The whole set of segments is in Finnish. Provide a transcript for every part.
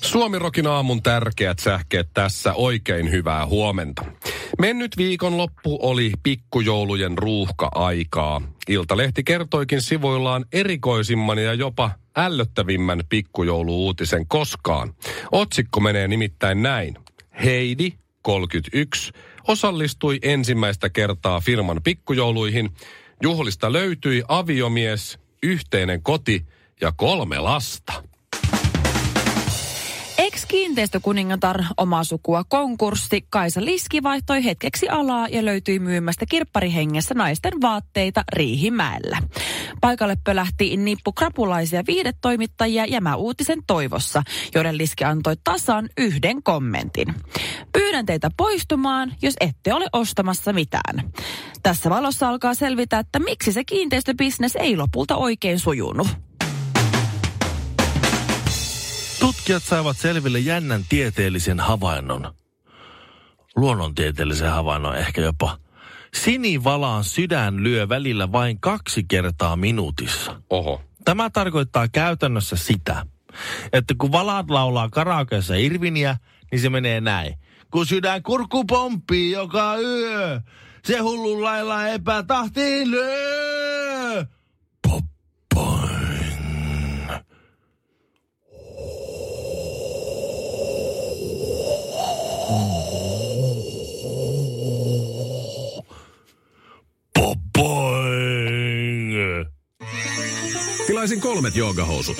Suomirokin aamun tärkeät sähkeet tässä. Oikein hyvää huomenta. Mennyt viikonloppu oli pikkujoulujen ruuhka-aikaa. Iltalehti kertoikin sivuillaan erikoisimman ja jopa ällöttävimmän pikkujoulu-uutisen koskaan. Otsikko menee nimittäin näin. Heidi, 31, osallistui ensimmäistä kertaa firman pikkujouluihin. Juhlista löytyi aviomies, yhteinen koti ja kolme lasta. Ex-kiinteistökuningatar omaa sukua konkurssi Kaisa Liski vaihtoi hetkeksi alaa ja löytyi myymästä kirpparihengessä naisten vaatteita Riihimäellä. Paikalle pölähti nippu krapulaisia viidetoimittajia jämäuutisen toivossa, joiden Liski antoi tasan yhden kommentin. Pyydän teitä poistumaan, jos ette ole ostamassa mitään. Tässä valossa alkaa selvitä, että miksi se kiinteistöbisnes ei lopulta oikein sujunut. Tutkijat saivat selville jännän tieteellisen havainnon. Luonnontieteellisen havainnon ehkä jopa. Sinivalaan sydän lyö välillä vain kaksi kertaa minuutissa. Oho. Tämä tarkoittaa käytännössä sitä, että kun valaat laulaa karaokeessa irviniä, niin se menee näin. Kun sydän kurkku pomppii joka yö, se hullun lailla epätahtiin lyö. Pop, boing. Pop, boing. Tilaisin kolmet joogahousut.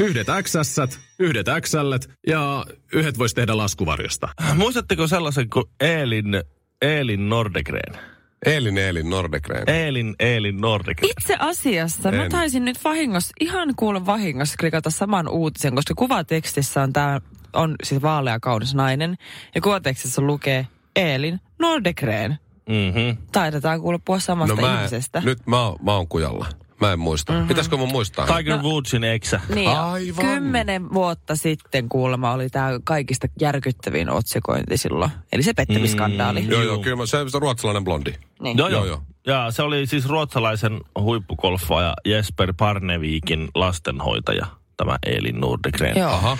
Yhdet XS, yhdet XL ja yhdet voisi tehdä laskuvarjosta. Muistatteko sellaisen kuin Eelin, Eelin Nordegren? Eelin Eelin Nordegren. Eelin, Eelin Nordegren. Itse asiassa mä En. taisin nyt vahingossa, ihan kuule vahingossa klikata saman uutisen, koska kuvatekstissä on tää, on siis vaalea kaunis nainen, ja kuvatekstissä lukee Eelin Nordekreen. Mm-hmm. Taidetaan kuule puhua samasta no mä, ihmisestä. nyt mä, oon- mä oon kujalla. Mä en muista. Mm-hmm. Pitäisikö mun muistaa? Tiger Woodsin eksä. Niin, jo. Aivan. Kymmenen vuotta sitten kuulemma oli tämä kaikista järkyttävin otsikointi silloin. Eli se pettämiskandaali. Joo, joo, kyllä mä, se, se ruotsalainen blondi. Niin. No Joo, Joo, joo. joo. joo. Ja se oli siis ruotsalaisen huippukolfaaja Jesper Parnevikin lastenhoitaja, tämä Eelin Nordegren. Joo. Aha. Ja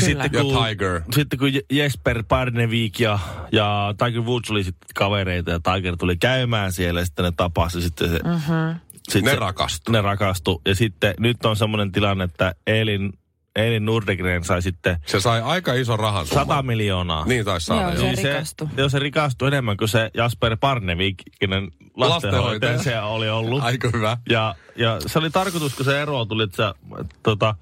Kyllä. sitten Ja kun, Tiger. sitten kun Je- Jesper Parnevik ja, ja Tiger Woods oli sitten kavereita ja Tiger tuli käymään siellä ja sitten ne tapasi sitten se... Mm-hmm. Ne rakastu. Ne rakastu. Ja sitten nyt on semmoinen tilanne, että Elin, Elin Nordegren sai sitten Se sai aika ison rahan summan. 100 miljoonaa. Niin taisi Joo, saada, joo. se- rikastui. Se, joo, se rikastui enemmän kuin se Jasper Parnevik, kenen lastenhoitaja Lastenhoitaja. se oli ollut. Aika hyvä. Ja, ja se oli tarkoitus, kun se ero tuli, että se, et, tota,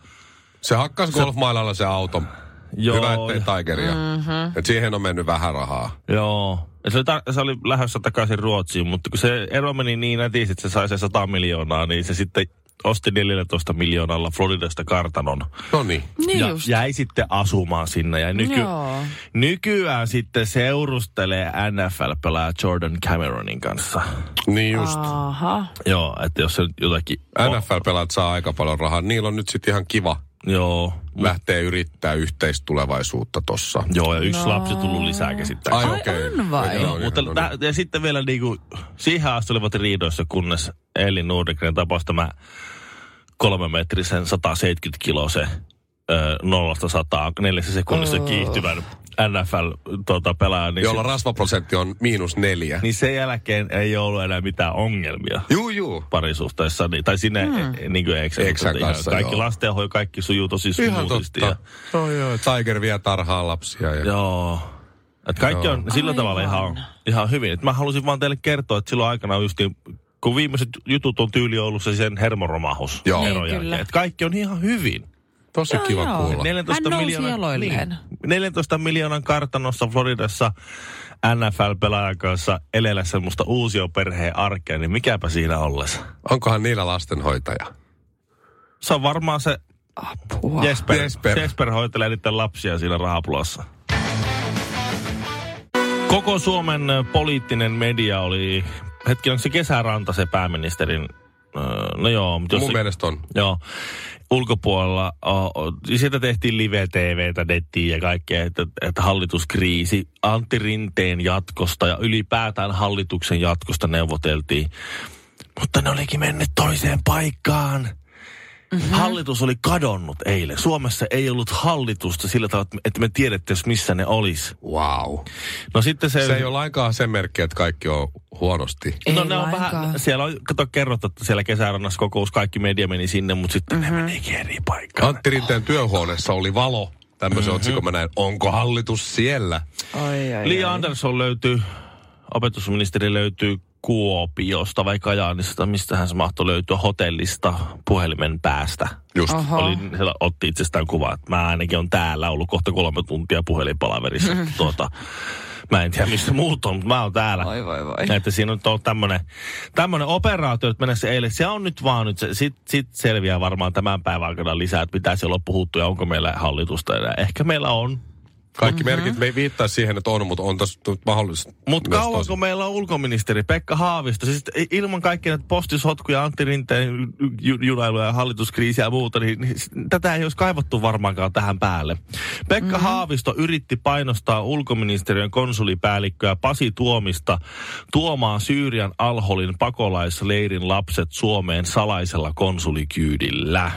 Se hakkas golfmailalla se auton. Joo. Hyvä, ettei Tigeria. Mm-hmm. Et siihen on mennyt vähän rahaa. joo. Ja se, oli tar- se oli lähdössä takaisin Ruotsiin, mutta kun se ero meni niin nätisti, että se sai se 100 miljoonaa, niin se sitten osti 14 miljoonalla Floridasta kartanon. No niin. Niin ja just. jäi sitten asumaan sinne. Ja nyky- Joo. nykyään sitten seurustelee NFL-pelaaja Jordan Cameronin kanssa. Niin just. Aha. Joo, että jos se nyt jotakin... NFL-pelaat saa aika paljon rahaa. Niillä on nyt sitten ihan kiva Joo. lähteä yrittää yhteistulevaisuutta tossa. Joo, ja yksi no. lapsi tullut lisää käsittääkseni. Ai, okei. on vai? Joo, Joo, mutta ihan, no tää, niin. ja sitten vielä niinku, siihen asti olivat riidoissa, kunnes Elin Nordegren tapasi tämä kolmemetrisen 170 kiloisen ö, nollasta sataa neljässä sekunnissa oh. kiihtyvän NFL-pelaajan. Niin, Jolla se- rasvaprosentti on miinus neljä. niin sen jälkeen ei ollut enää mitään ongelmia Juu, juu. parisuhteessa, niin, tai sinne mm. niin kuin eksän, Eksän mutta ihan kanssa, kaikki joo. lastenhoito, kaikki sujuu tosi Ihan smoothisti. totta. Ja, No joo, Tiger vie tarhaa lapsia. Ja... Joo. Et kaikki on sillä Aivan. tavalla ihan, ihan hyvin. Et mä halusin vaan teille kertoa, että silloin aikana just niin, kun viimeiset jutut on tyyli ollut se sen hermoromahus. Joo. eron Niin, jälkeen. kyllä. Et kaikki on ihan hyvin. Tosi Joo, kiva joo. kuulla. Hän nousi miljoonan, jaloilleen. niin, 14 miljoonan kartanossa Floridassa NFL-pelaajan kanssa elellä semmoista uusioperheen arkea, niin mikäpä siinä ollessa. Onkohan niillä lastenhoitaja? Se on varmaan se Apua. Jesper. Jesper. Jesper hoitelee niiden lapsia siinä rahapulassa. Koko Suomen ö, poliittinen media oli, hetki, onko se kesäranta se pääministerin, ö, no joo, mutta jos Mun mielestä on. Joo. Ulkopuolella, o, o, sieltä tehtiin live-tvtä, nettiä ja kaikkea, että, että hallituskriisi, Antti Rinteen jatkosta ja ylipäätään hallituksen jatkosta neuvoteltiin. Mutta ne olikin mennyt toiseen paikkaan. Mhm. Mm-hmm. Hallitus oli kadonnut eilen. Suomessa ei ollut hallitusta sillä tavalla, että me tiedettäisiin, missä ne olisi. Wow. No sitten se... Se ei ole lainkaan sen merkki, että kaikki on huonosti. No Ei ne on lainkaan. vähän, siellä on, kato kerrottu, että siellä kesärannassa kokous, kaikki media meni sinne, mutta sitten Mhm. mm-hmm. ne menikin eri paikkaan. Antti Rinteen työhuoneessa oli valo. Tämmöisen mm-hmm. otsikon mä näin. Onko hallitus siellä? Ai, ai, Li Andersson löytyy, opetusministeri löytyy Kuopiosta vai Kajaanista, mistähän se mahtoi löytyä hotellista puhelimen päästä. Just. Oh. Oho. Oli, siellä otti itsestään kuvaa, että mä ainakin on täällä ollut kohta kolme tuntia puhelinpalaverissa. Mm. tuota, mä en tiedä, missä muut on, mutta mä oon täällä. Voi, voi, voi. Että siinä on tuo tämmönen, tämmönen operaatio, että mennä se eilen. Se on nyt vaan nyt, se, sit, sit selviää varmaan tämän päivän aikana lisää, että mitä siellä on puhuttu ja onko meillä hallitusta enää. Ehkä meillä on. Kaikki mm-hmm. merkit, me ei viittaa siihen, että on, mutta on tässä nyt mahdollista. Mutta myös kauanko tosi- meillä on ulkoministeri Pekka Haavisto, siis i- ilman kaikkia näitä postisotkuja, Antti Rinteen ju- junailuja ja hallituskriisiä ja muuta, niin niin s- tätä ei olisi kaivattu varmaankaan tähän päälle. Pekka mm-hmm. Haavisto yritti painostaa ulkoministeriön konsulipäällikköä Pasi Tuomista tuomaan Syyrian Alholin pakolaisleirin lapset Suomeen salaisella konsulikyydillä.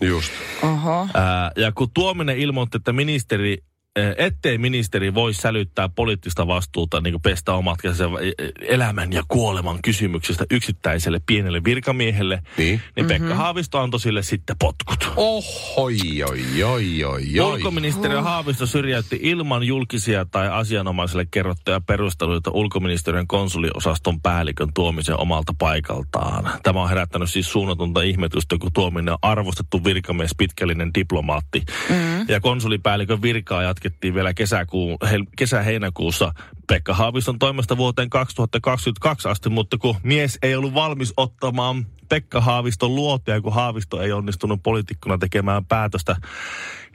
Just. Oho. Ää, ja kun Tuominen ilmoitti, että ministeri ää, ettei ministeri voi sälyttää poliittista vastuuta, niin kuin pestä omat käsensä ää, elämän ja kuoleman kysymyksestä yksittäiselle pienelle virkamiehelle, Niin. niin Pekka mm-hmm. Haavisto antoi sille sitten potkut. Oho, joi, joi, joi, joi. Ulkoministeriö Haavisto syrjäytti ilman julkisia tai asianomaiselle kerrottuja perusteluita ulkoministeriön konsuliosaston päällikön tuomisen omalta paikaltaan. Tämä on herättänyt siis suunnatonta ihmetystä, kun tuominen on arvostettu virkamies pitkällinen diplomaatti. Mm. Ja konsulipäällikön virkaa jatkettiin vielä kesäkuun, hel, kesä-heinäkuussa Pekka Haaviston toimesta vuoteen 2022 asti, mutta kun mies ei ollut valmis ottamaan Pekka Haaviston luotia, kun Haavisto ei onnistunut poliitikkona tekemään päätöstä,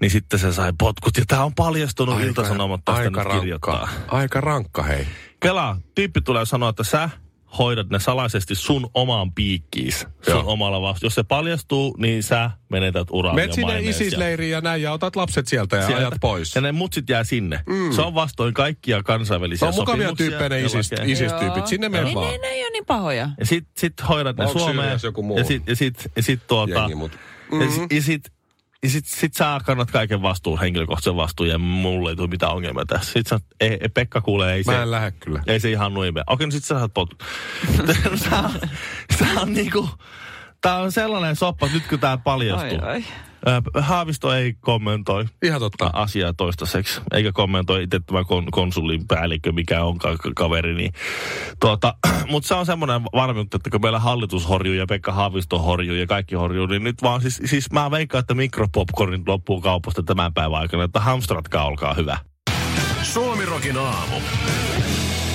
niin sitten se sai potkut. Ja tämä on paljastunut iltasanomat tästä nyt aika kirjoittaa. rankka, aika rankka, hei. Kela, tyyppi tulee sanoa, että sä hoidat ne salaisesti sun omaan piikkiis, sun Joo. omalla vastu. Jos se paljastuu, niin sä menetät uraa Menet sinne ISIS-leiriin ja näin, ja otat lapset sieltä ja ajat pois. Ja ne mutsit jää sinne. Mm. Se on vastoin kaikkia Se kansainvälisiä on mukavia sopimuksia tyyppejä ne ja ISIS- lakeja. ISIS-tyypit. Sinne Ei, menet ne, vaan. ne ei ole niin pahoja. Ja sit, sit hoidat ne Onko Suomeen. Syyriassa joku muu ja sit, ja sit, ja sit tuota... Jengi, mut- Ja, sit, ja, sit, ja sit, sit sä kannat kaiken vastuun, henkilökohtaisen vastuun, ja mulle ei tule mitään ongelmia tässä. Sit sä, ei, ei, Pekka kuulee, ei se... Mä en lähde kyllä. Ei se ihan noin mene. Okei, no sit sä saat potkut. tää, on- tää on niinku... Tää on sellainen soppa, että nyt kun tää paljastuu. Ai, ai. Ö, Haavisto ei kommentoi Ihan totta. asiaa toistaiseksi, eikä kommentoi itse tämä kon, konsulin päällikkö, mikä on ka- ka- kaveri. Niin, tuota, Mutta se on semmoinen varmuutta, että kun meillä hallitus horjuu ja Pekka Haavisto horjuu ja kaikki horjuu, niin nyt vaan siis, siis mä veikkaan, että mikropopcornin loppuu kaupasta tämän päivän aikana, että hamstratkaa, olkaa hyvä. Suomirokin aamu.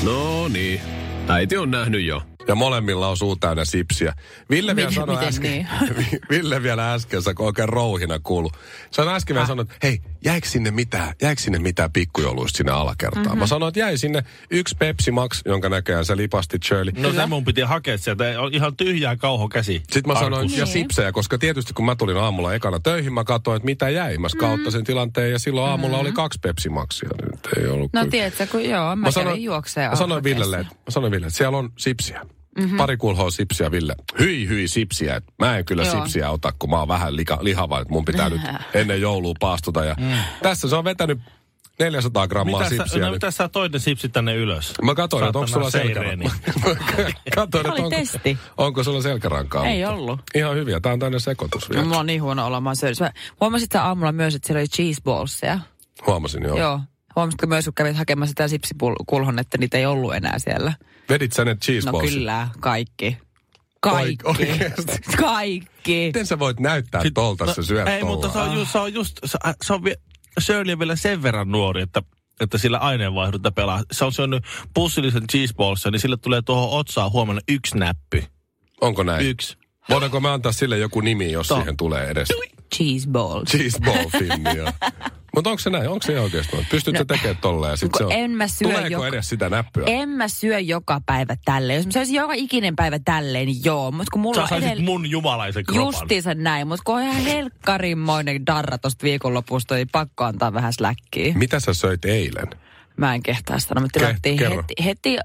No niin, äiti on nähnyt jo. Ja molemmilla on suu täynnä sipsiä. Ville vielä Miten- sanoi miten äsken, niin? Vi- Ville vielä äsken, sä oikein rouhina kuulu. Sä äsken Ah. vielä sanoit, että hei, jäikö sinne mitään, jäikö sinne mitään pikkujouluista sinne alakertaan? Mhm. Mm-hmm. Mä sanoin, että jäi sinne yksi Pepsi Max, jonka näköjään sä lipasti Shirley. No se mun piti hakea sieltä, Ei, on ihan tyhjää kauho käsi. Sitten mä sanoin, Arkus. ja Niin. sipsejä, koska tietysti kun mä tulin aamulla ekana töihin, mä katsoin, että mitä jäi. Mm. Mä skautta sen tilanteen ja silloin aamulla oli kaksi Pepsi Maxia. Nyt ei ollut No kyllä. tiedätkö, kun joo, Mhm. mä, mä kävin juokseen mä sanoin alkokeessa. Villelle, että, mä sanoin Villelle, että siellä on sipsiä. Mm-hmm. Pari kulhoa sipsiä, Ville. Hyi, hyi, sipsiä. Et Mä en kyllä Joo. Joo. sipsiä ota, kun mä oon vähän lika, lihava, että mun pitää nyt ennen joulua paastuta. Ja mm. Tässä se on vetänyt 400 grammaa Mitä sä, sipsiä. no, nyt. mitä sä toit ne sipsit tänne ylös? Mä katsoin, että onko sulla Saatana selkärankaa. seireeni. katsoin, Oli että onko, testi. onko sulla selkärankaa. Ei mutta ollut. Ihan hyviä. Tää on tänne sekoitus vielä. No, mulla on niin huono olo, mä oon syönyt. Mä Huomasit sä aamulla myös, että siellä oli cheeseballsia? Huomasin, joo. Joo. joo. joo. Huomasitko myös, kun kävit hakemassa sitä sipsikulhon, että niitä ei ollut enää siellä? Vedit sä ne cheese No ballsit? kyllä, kaikki. Kaikki. Oik- oikeesti? Kaikki. Miten sä voit näyttää Sit- tolta, no, no, sä syöt Ei, mutta se tolla? on, ju, se on just, se, se on, vie- Shirley on vielä sen verran nuori, että että sillä aineenvaihdunta pelaa. Se on syönyt pussillisen cheeseballsia, niin sille tulee tuohon otsaan huomenna yksi näppy. Onko näin? Yksi. Voidaanko me antaa sille joku nimi, jos Tää- siihen tulee edes? Cheeseballs. Cheese ball finni, joo. Mutta onko se näin? Onko se ihan oikeasti noin? Pystytkö No, no, tekemään tolleen? ja Sit kun se on, en mä syö Tuleeko joka- edes sitä näppyä? En mä syö joka päivä tälleen. Jos mä söisin joka ikinen päivä tälleen, niin joo. Mutta kun mulla Sä on saisit mun jumalaisen kropan. Justiinsa näin, mutta kun on ihan helkkarimmoinen darra tosta viikonlopusta, niin pakko antaa vähän släkkiä. Mitä sä söit eilen? Mä en kehtaa sanoa. Me tilattiin kerro. heti, heti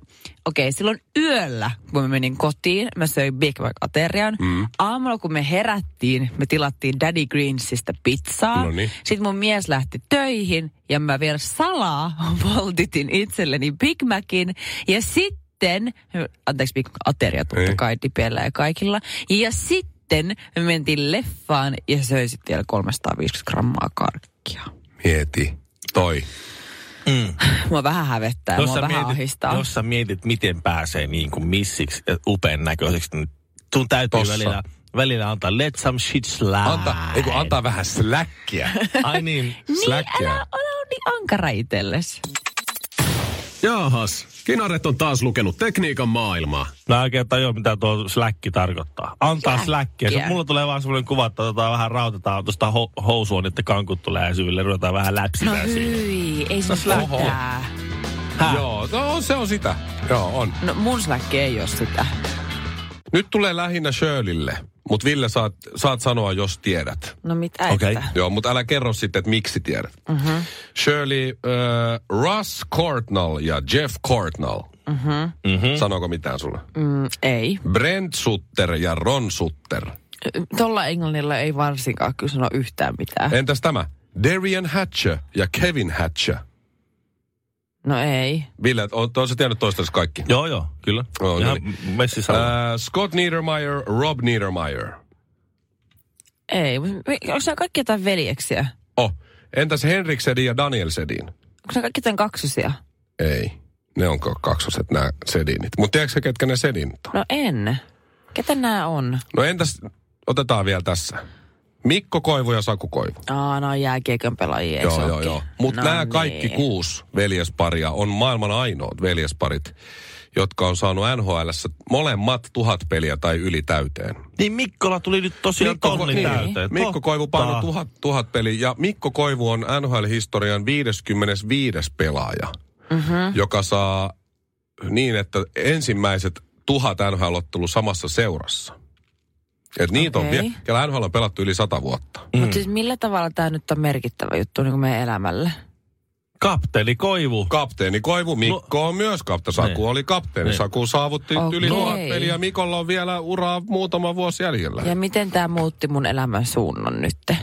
okei, okay, silloin yöllä, kun mä menin kotiin, mä söin Big Mac-aterian. Mm. Aamulla, kun me herättiin, me tilattiin Daddy Greensistä pizzaa. Noniin. Sitten mun mies lähti töihin ja mä vielä salaa voltitin itselleni Big Macin. Ja sitten, anteeksi Big Mac-ateria totta Ei. kai Dipiellä ja kaikilla. Ja sitten me mentiin leffaan ja söin sitten vielä 350 grammaa karkkia. Mieti. Toi. Mua vähän hävettää, Jos mua No, sä vähän mietit, ahistaa. Jos sä mietit, miten pääsee niin kuin missiksi ja upean näköiseksi, niin sun täytyy Tossa. välillä, välillä antaa let some shit slide. Anta, ei kun antaa vähän släkkiä. Ai niin. Släkkiä. Älä ole niin ankara itsellesi. Jaahas, kinaret on taas lukenut tekniikan maailmaa. Mä en oikein tajua, mitä tuo släkki tarkoittaa. Antaa släkkiä. Se, Släkkiä. mulla tulee vaan semmoinen kuva, että otetaan vähän rautetaan tuosta ho- housua, niin että kankut tulee syville, ruvetaan vähän No läpsimään siinä. hyi, ei se slack. mitään. Häh? Joo, no, se on sitä. Joo, on. No mun släkki ei ole sitä. Nyt tulee lähinnä Shirleylle, mutta Ville saat, saat sanoa, jos tiedät. No mitä Okei. että? Joo, mutta älä kerro sitten, että miksi tiedät. Mm-hmm. Shirley, äh, Russ Cortnell ja Jeff Cortnell. Mm-hmm. Sanooko mitään sulle? Mm, ei. Brent Sutter ja Ron Sutter. Tuolla englannilla ei varsinkaan kyllä sano yhtään mitään. Entäs tämä? Darian Hatcher ja Kevin Hatcher. No ei. Ville, oletko sä tiennyt toistaiseksi kaikki? Joo, joo, kyllä. Joo, Ihan no messissä. Ää... Äh, Scott Niedermayer, Rob Niedermayer. Ei, mutta onko nämä kaikki jotain veljeksiä? Oh, entäs Henrik Sedin ja Daniel Sedin? Onko nämä kaikki jotain kaksosia? Ei. Ne on ko- kaksoset nämä sedinit. Mutta tiedätkö sä, ketkä ne sedinit on? No en. Ketä nämä on? No entäs, otetaan vielä tässä. Mikko Koivu ja Saku Koivu. Aa, nämä on jääkiekon pelaajia, eikö joo, joo, ookin? joo. Mutta no nämä kaikki niin. kuusi veljesparia on maailman ainoat veljesparit, jotka on saanut NHLssä molemmat tuhat peliä tai yli täyteen. Niin Mikkola tuli nyt tosiaan Mikko, tonni niin. täyteen. Mikko Koivu painoi Totta. tuhat, tuhat peliä ja Mikko Koivu on NHL-historian 55. pelaaja, Mhm. mm-hmm. joka saa niin, että ensimmäiset tuhat NHL-ottelu samassa seurassa. Et niitä okay. on Okei. vielä. Ja NHL on pelattu yli sata vuotta. Mutta siis millä tavalla tämä nyt on merkittävä juttu niin meidän elämälle? Kapteeni Koivu. Kapteeni Koivu, Mikko no, on myös kapteeni. Saku Niin. oli kapteeni. Niin. Saku saavutti Okei. yli tuhat peliä. Mikolla on vielä uraa muutama vuosi jäljellä. Ja miten tämä muutti mun elämän suunnan nytte?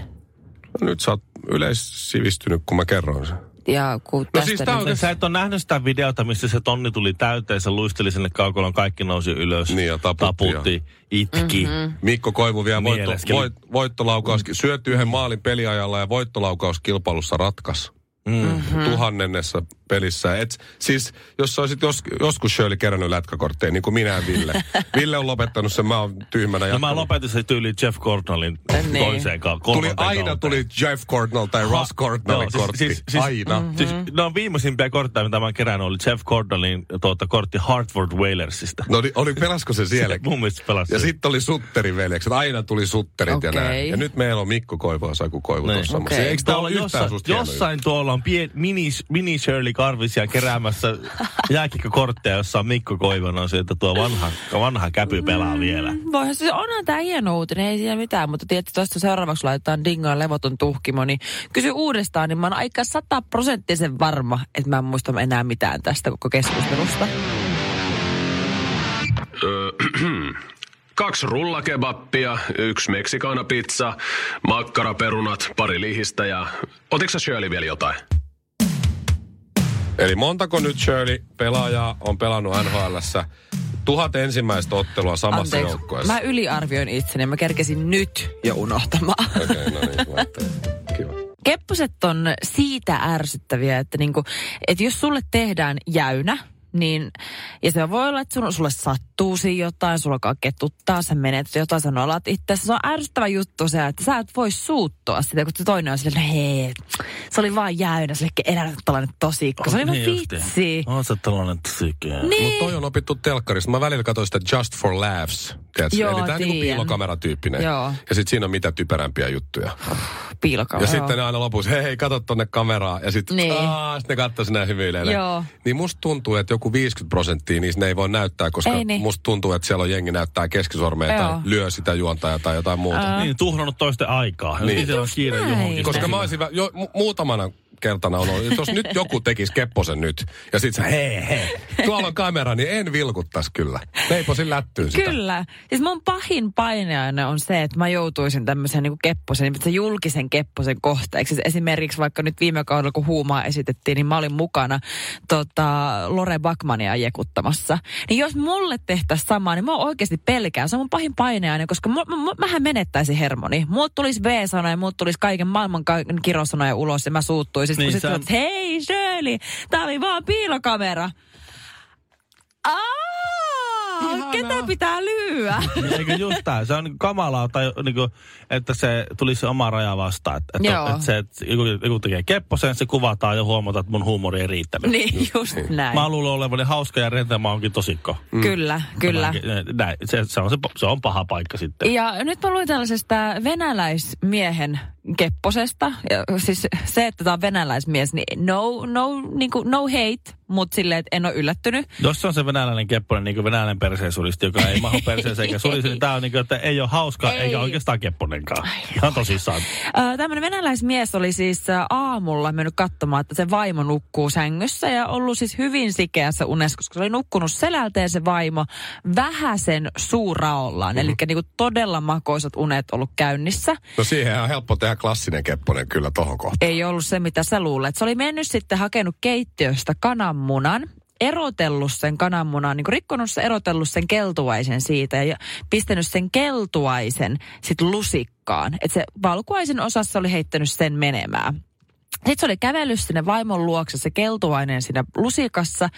Nyt sä oot yleissivistynyt, kun mä kerron sen. Ja kun No tästä niin siis tää on- nyt- Niin Sä et ole nähnyt sitä videota, missä se tonni tuli täyteen, se luisteli sinne kaukolon, kaikki nousi ylös. Niin, ja taputti taputti itki. Mhm. Mm-hmm. Mikko Koivu vielä voitto, Mieleskeli. voit, voittolaukaus, Mm. syötti yhden maalin peliajalla ja voittolaukauskilpailussa ratkas. Mm. Mm-hmm. Tuhannennessa pelissä. Et, siis jos sä olisit jos, joskus Shirley kerännyt lätkäkortteja, niin kuin minä ja Ville. Ville on lopettanut sen, mä oon tyhmänä. No mä jatkanut. lopetin se tyyli Jeff Cornellin Niin. toiseen ka- Tuli, kolmanteen aina kauteen. tuli Jeff Cornell tai Ross Cornellin Joo, kortti. aina. No, Siis, no viimeisimpiä kortteja, mitä mä oon kerännyt, oli Jeff Cornellin tuota, kortti Hartford Whalersista. No niin, oli, pelasko se sielläkin? Mun mielestä pelasi. Ja se. sitten oli sutteriveljekset. Aina tuli sutterit ja Okei. näin. Ja nyt meillä on Mikko Koivu ja Saku Koivu Niin. tuossa. Okei. Okay. Eikö tää Tuolla ole yhtään jossain, susta hienoja? jossain tuolla on pien, mini, mini Shirley Karvisia keräämässä jääkikkökortteja, jossa on Mikko Koivonen on se, että tuo vanha, vanha käpy pelaa Mm. vielä. Voihan se, onhan tämä hieno uutinen, ei siinä mitään, mutta tiedätkö, tuosta seuraavaksi laitetaan Dingaan levoton tuhkimo, niin kysy uudestaan, niin mä oon aika sataprosenttisen varma, että mä en muista enää mitään tästä koko keskustelusta. Kaksi rullakebappia, yksi meksikaanapizza, makkaraperunat, pari lihistä ja... Otitko sä Shirley vielä jotain? Eli montako nyt Shirley pelaajaa on pelannut NHLssä tuhat ensimmäistä ottelua samassa Anteeksi, joukkueessa? mä yliarvioin itseni, mä kerkesin nyt jo unohtamaan. Okei, no niin, mä ajattelin. Kiva. Kepposet on siitä ärsyttäviä, että niinku, et jos sulle tehdään jäynä, niin, ja se voi olla, että sun, sulle sattuu siinä jotain, sulla alkaa ketuttaa, sä menet jotain, sä nolat itse. Se on ärsyttävä juttu se, että sä et voi suuttua sitä, kun se toinen on silleen, no hei, se oli vaan jäynä, se oli elänyt tällainen tosikko. Se oli vaan vitsi. Niin On se tällainen tsikö. Niin. Mutta toi on opittu telkkarista. Mä välillä katsoin sitä Just for Laughs Tiedätkö? Joo, Eli tämä on niin tiedän. piilokameratyyppinen. Joo. Ja sitten siinä on mitä typerämpiä juttuja. Piilokauha. Ja sitten ne aina lopussa, hei, hei, katso tonne kameraa. Ja sitten Niin. niin. sit ne katsoo sinne hymyilee. Joo. Niin musta tuntuu, että joku 50 prosenttia niistä ne ei voi näyttää, koska Ei niin. musta tuntuu, että siellä on jengi näyttää keskisormea Joo. tai lyö sitä juontajaa tai jotain muuta. Niin, tuhlannut toisten aikaa. Niin. Niin. Itse on kiire näin. johonkin. Koska mä olisin vä- jo, mu- muutamana kertana ollut, että jos nyt joku tekisi kepposen nyt, ja sit sä, hei, hei, tuolla on kamera, niin en vilkuttas kyllä. Leiposin lättyyn sitä. Kyllä. Siis mun pahin paineaine on se, että mä joutuisin tämmöisen niin kepposen, niin julkisen kepposen kohteeksi. Siis esimerkiksi vaikka nyt viime kaudella, kun huumaa esitettiin, niin mä olin mukana tota, Lore Bakmania jekuttamassa. Niin jos mulle tehtäisiin samaa, niin mä oikeasti pelkään. Se on mun pahin paineaine, koska mu- mu- mähän menettäisin hermoni. Muut tulisi V-sana ja muut tulisi kaiken maailman ka- kirosanoja ulos ja mä suuttuisin. Niin, kun Niin, sä- sä... sit, hei Shirley, tää oli vaan piilokamera. Aa, ketä pitää lyödä? Eikö just tää? Niin Se on niinku kamalaa, tai niinku, että se tulisi se oma raja vastaan. Että, Joo. että, että se, että joku, joku tekee kepposen, se kuvataan ja huomataan, että mun huumori ei riittänyt. Niin, just näin. Mm. Mä luulen olevani hauska ja rentä, mä onkin tosikko. Kyllä, kyllä. Mä- Näin, se, se, on, se, se on paha paikka sitten. Ja nyt mä luin tällaisesta venäläismiehen kepposesta. Ja siis se, että tämä on venäläismies, niin no, no, niin kuin, no hate, mutta silleen, että en ole yllättynyt. Jos se on se venäläinen kepponen, niin kuin venäläinen perseensuristi, joka ei mahu perseeseen eikä sulisi, niin tää on niin kuin, että ei ole hauska Ei. ei. eikä oikeastaan kepponenkaan. Ihan tosissaan. Äh, Tämmöinen venäläismies oli siis äh, aamulla mennyt katsomaan, että se vaimo nukkuu sängyssä ja ollut siis hyvin sikeässä unessa, koska se oli nukkunut selälteen se vaimo vähäsen suuraollaan. Mm-hmm. Eli niinku todella makoisat unet ollut käynnissä. No siihen on helppo tehdä klassinen kepponen kyllä tohon kohtaan. ei ollut se, mitä sä luulet. Se oli mennyt sitten hakenut keittiöstä kananmunan, erotellut sen kananmunan, niin kuin rikkonut sen, erotellut sen keltuaisen siitä ja pistänyt sen keltuaisen sit lusikkaan. Että se valkuaisen osassa oli heittänyt sen menemään. Sitten se oli kävellyt sinne vaimon luokse, se keltuainen siinä lusikassa.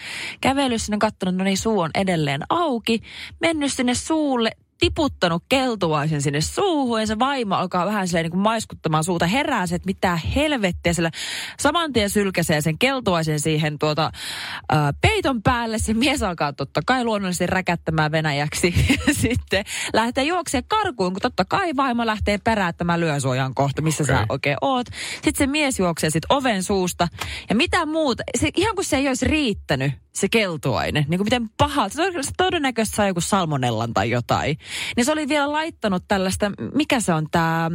Kävellyt sinne, kattonut, no niin, suu on edelleen auki. Mennyt sinne suulle, tiputtanut keltuaisen sinne suuhun ja se vaimo alkaa vähän silleen niin kuin maiskuttamaan suuta. Herää se, että mitä helvettiä sillä saman tien sylkäsee sen keltuaisen siihen tuota, ää, peiton päälle. Se mies alkaa totta kai luonnollisesti räkättämään venäjäksi sitten. Lähtee juokseen karkuun, kun totta kai vaimo lähtee perään, että mä lyön suojan kohta, missä okay. sä Okei. oikein oot. Sitten se mies juoksee sit oven suusta. Ja mitä muuta, se, ihan kuin se ei olisi riittänyt, se keltuainen. Niin kuin miten paha, se tod- se todennäköisesti saa joku salmonellan tai jotain. Niin se oli vielä laittanut tällaista, mikä se on tämä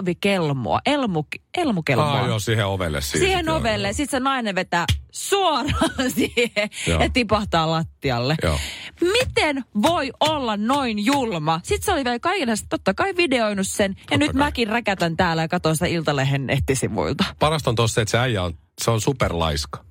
muovikelmoa, elmu, elmukelmoa. Ah, joo, siihen ovelle siis. Siihen Joo, ovelle. joo. Sitten se nainen vetää suoraan siihen Joo. ja tipahtaa lattialle. Joo. Miten voi olla noin julma? Sitten se oli vielä kaikille totta kai videoinut sen. Ja nyt kai. mäkin räkätän täällä ja katon sitä Iltalehen nettisivuilta. Parasta on tossa se, että se äijä on, se on superlaiska.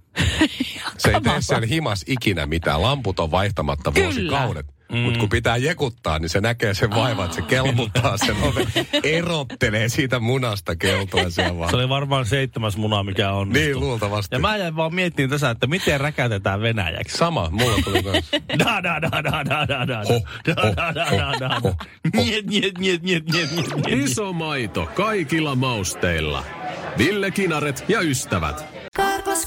se ei tee sen himas ikinä mitään. Lamput on vaihtamatta Kyllä. vuosikaudet. Mm. Mutta kun pitää jekuttaa, niin se näkee sen vaivan, että se kelmuttaa sen oven, erottelee siitä munasta keltaisia vaan. Se oli varmaan seitsemäs muna, mikä on. Niin, luultavasti. Ja mä jäin vaan miettimään tässä, että miten räkätetään venäjäksi. Sama, mulla tuli kans. Da, da, da, da, da, da, da. Ho, Da, ho, da, da, ho, da, da. ho, ho. Niet, niet, niet, niet, niet, niet, niet, niet. Iso maito kaikilla mausteilla. Ville Kinaret ja ystävät. Karklas